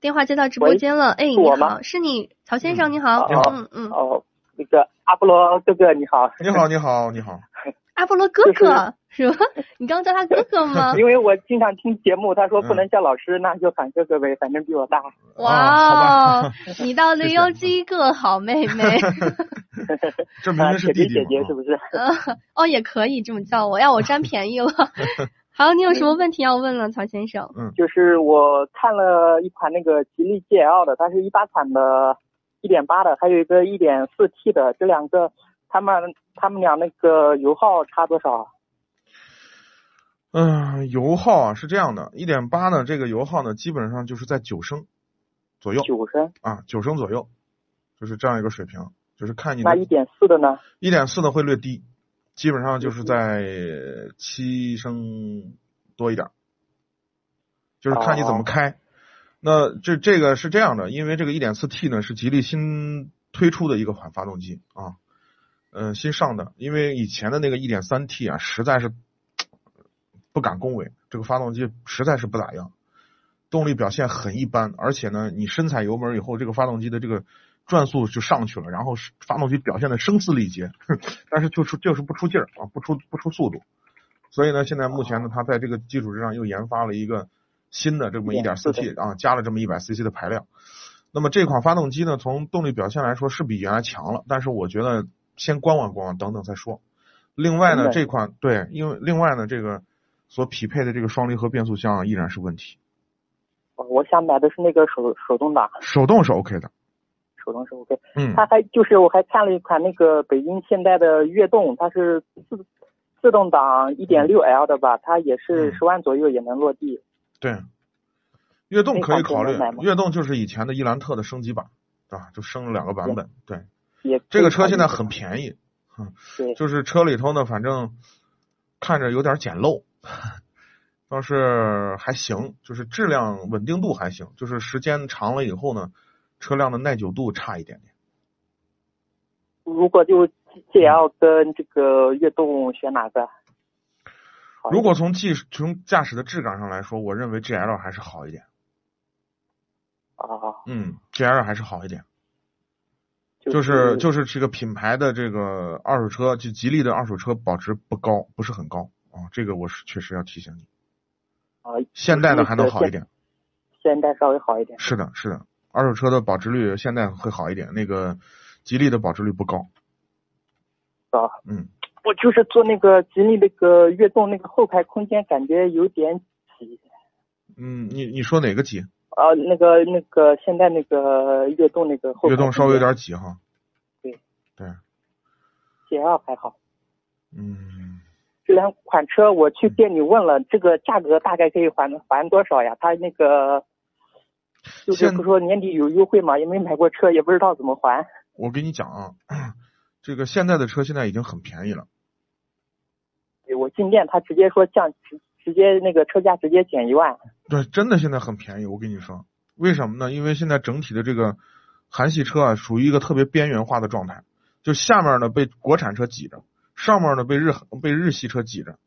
电话接到直播间了。哎，是你我好，吗是你，曹先生，你好。你好嗯嗯，哦，那个阿波罗哥哥你好，？哎你好，你好，你好，阿波罗哥哥是吧？ 你刚叫他哥哥吗 啊因为我经常听节目，他说不能叫老师，那就喊哥哥呗，反正比我大。哇啊好哦，你到绿油机个好妹妹这明啊，明嗯是姐弟姐弟姐嘛姐是不是？哦，也可以这么叫我，要我占便 宜了。好，你有嗯什么问题要问了，曹先哦生？就是我看了一款那个吉利 GL 的，它是一八款的，一点八的，还有一个一点四 T 的，这两个他们他们俩那个油耗差多少啊？嗯，油耗啊是这样的，一点八呢，这个油耗呢，基本上就是在九升左右九升。啊，九升左右，就是这样一个水平，就是看你那一的。点四的呢？一点四呢会略低，基本上就是在七升多一点儿，就是看你怎么开。那这这个是这样的，因为这个一点四 T 呢是吉利新推出的一个款发动机啊，嗯、新上的，因为以前的那个一点三 T 啊实在是不敢恭维，这个发动机实在是不咋样，动力表现很一般，而且呢，你深踩油门以后，这个发动机的这个转速就上去了，然后是发动机表现的声嘶力竭，但是就出就是不出劲儿啊，不出不出速度。所以呢，现在目前呢，它在这个基础之上又研发了一个新的这么一点四 T 啊，加了这么一百 CC 的排量。那么这款发动机呢，从动力表现来说是比原来强了，但是我觉得先观望观望，等等再说。另外明呢，白这款对，因为另外呢，这个所匹配的这个双离合变速箱啊依然是问题。哦我想买的是那个手手动挡，手动是 OK 的，手动是 OK。嗯，它还就是我还看了一款那个北京现代的悦动，它是自自动挡 1.6L 的吧，它也是嗯十万左右也能落地。对，悦动可以考虑那款车能买吗，悦动就是以前的伊兰特的升级版，啊，就升了两个版本。对，也可以这个车现在很考虑便宜，对，就是车里头呢，反正看着有点简陋，倒是还行，就是质量稳定度还行，就是时间长了以后呢，车辆的耐久度差一点点。如果就 GL 跟这个悦动选哪个？好如果从技术从驾驶的质感上来说，我认为 GL 还是好一点，啊，嗯，GL 还是好一点。就是是就是这个品牌的这个二手车，就吉利的二手车保值不高，不是很高啊、这个我是确实要提醒你。啊，现代的还能好一点，现代稍微好一点。是的，是的，二手车的保值率现在会好一点，那个吉利的保值率不高。啊，嗯，我就是坐那个吉利那个悦动那个后排空间感觉有点挤，嗯，你你说哪个挤？呃，那个那个现在那个悦动那个后排悦动稍微有空点间挤哈。对对， GL 啊还好。嗯，这两款车我去店里问了，这个价格大概可以还还多少呀？他那个就是现不说年底有优惠嘛，也没买过车，也不知道怎么还。我跟你讲啊， 这个现在的车现在已经很便宜了。对我进店，他直接说降，直直接那个车价直接减一万。对，真的现在很便宜，我跟你说，为什么呢？因为现在整体的这个韩系车啊，属于一个特别边缘化的状态，就下面呢被国产车挤着，上面呢被日被日系车挤着，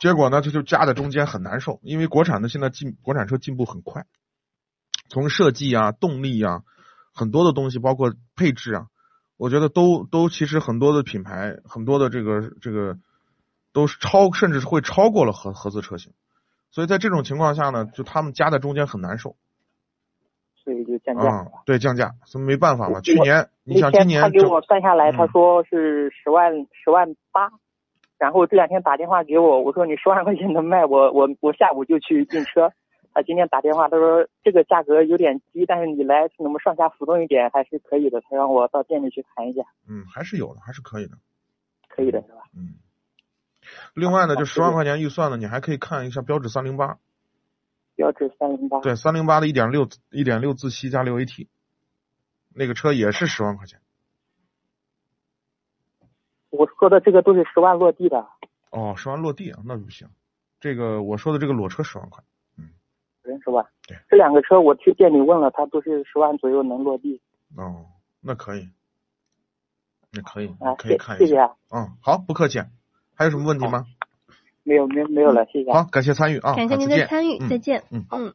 结果呢，它就夹在中间很难受，因为国产的现在进国产车进步很快，从设计啊、动力啊，很多的东西，包括配置啊，我觉得都都其实很多的品牌，很多的这个这个都是超，甚至是会超过了合合资车型。所以在这种情况下呢，就他们夹在中间很难受。所以就降价啊了。，对，降价，所以没办法嘛。去我年那你想今天年他给整我算下来，他嗯说是十万十万八，然后这两天打电话给我，我说你十万块钱能卖，我我我下午就去订车。他今天打电话，他说这个价格有点低，但是你来能不能上下浮动一点还是可以的。他让我到店里去谈一下，嗯还是有的，还是可以的。可以的是吧？嗯，另外呢，就好好十谢万谢块钱预算呢，你还可以看一下标致三零八，标致三零八，对，三零八的一点六一点六自吸加六 AT，那个车也是十万块钱。我说的这个都是十万落地的，哦，十万落地啊，那不行。这个我说的这个裸车十万块，人是吧对？这两个车我去店里问了，他都是十万左右能落地。哦，那可以，那可以，啊你，可以谢看谢一谢下。啊，嗯，好，不客气。还有什么问题吗？没有没有没有了，谢谢嗯啊。好，感谢参与啊，感好谢您再的见参与，嗯再见。嗯嗯，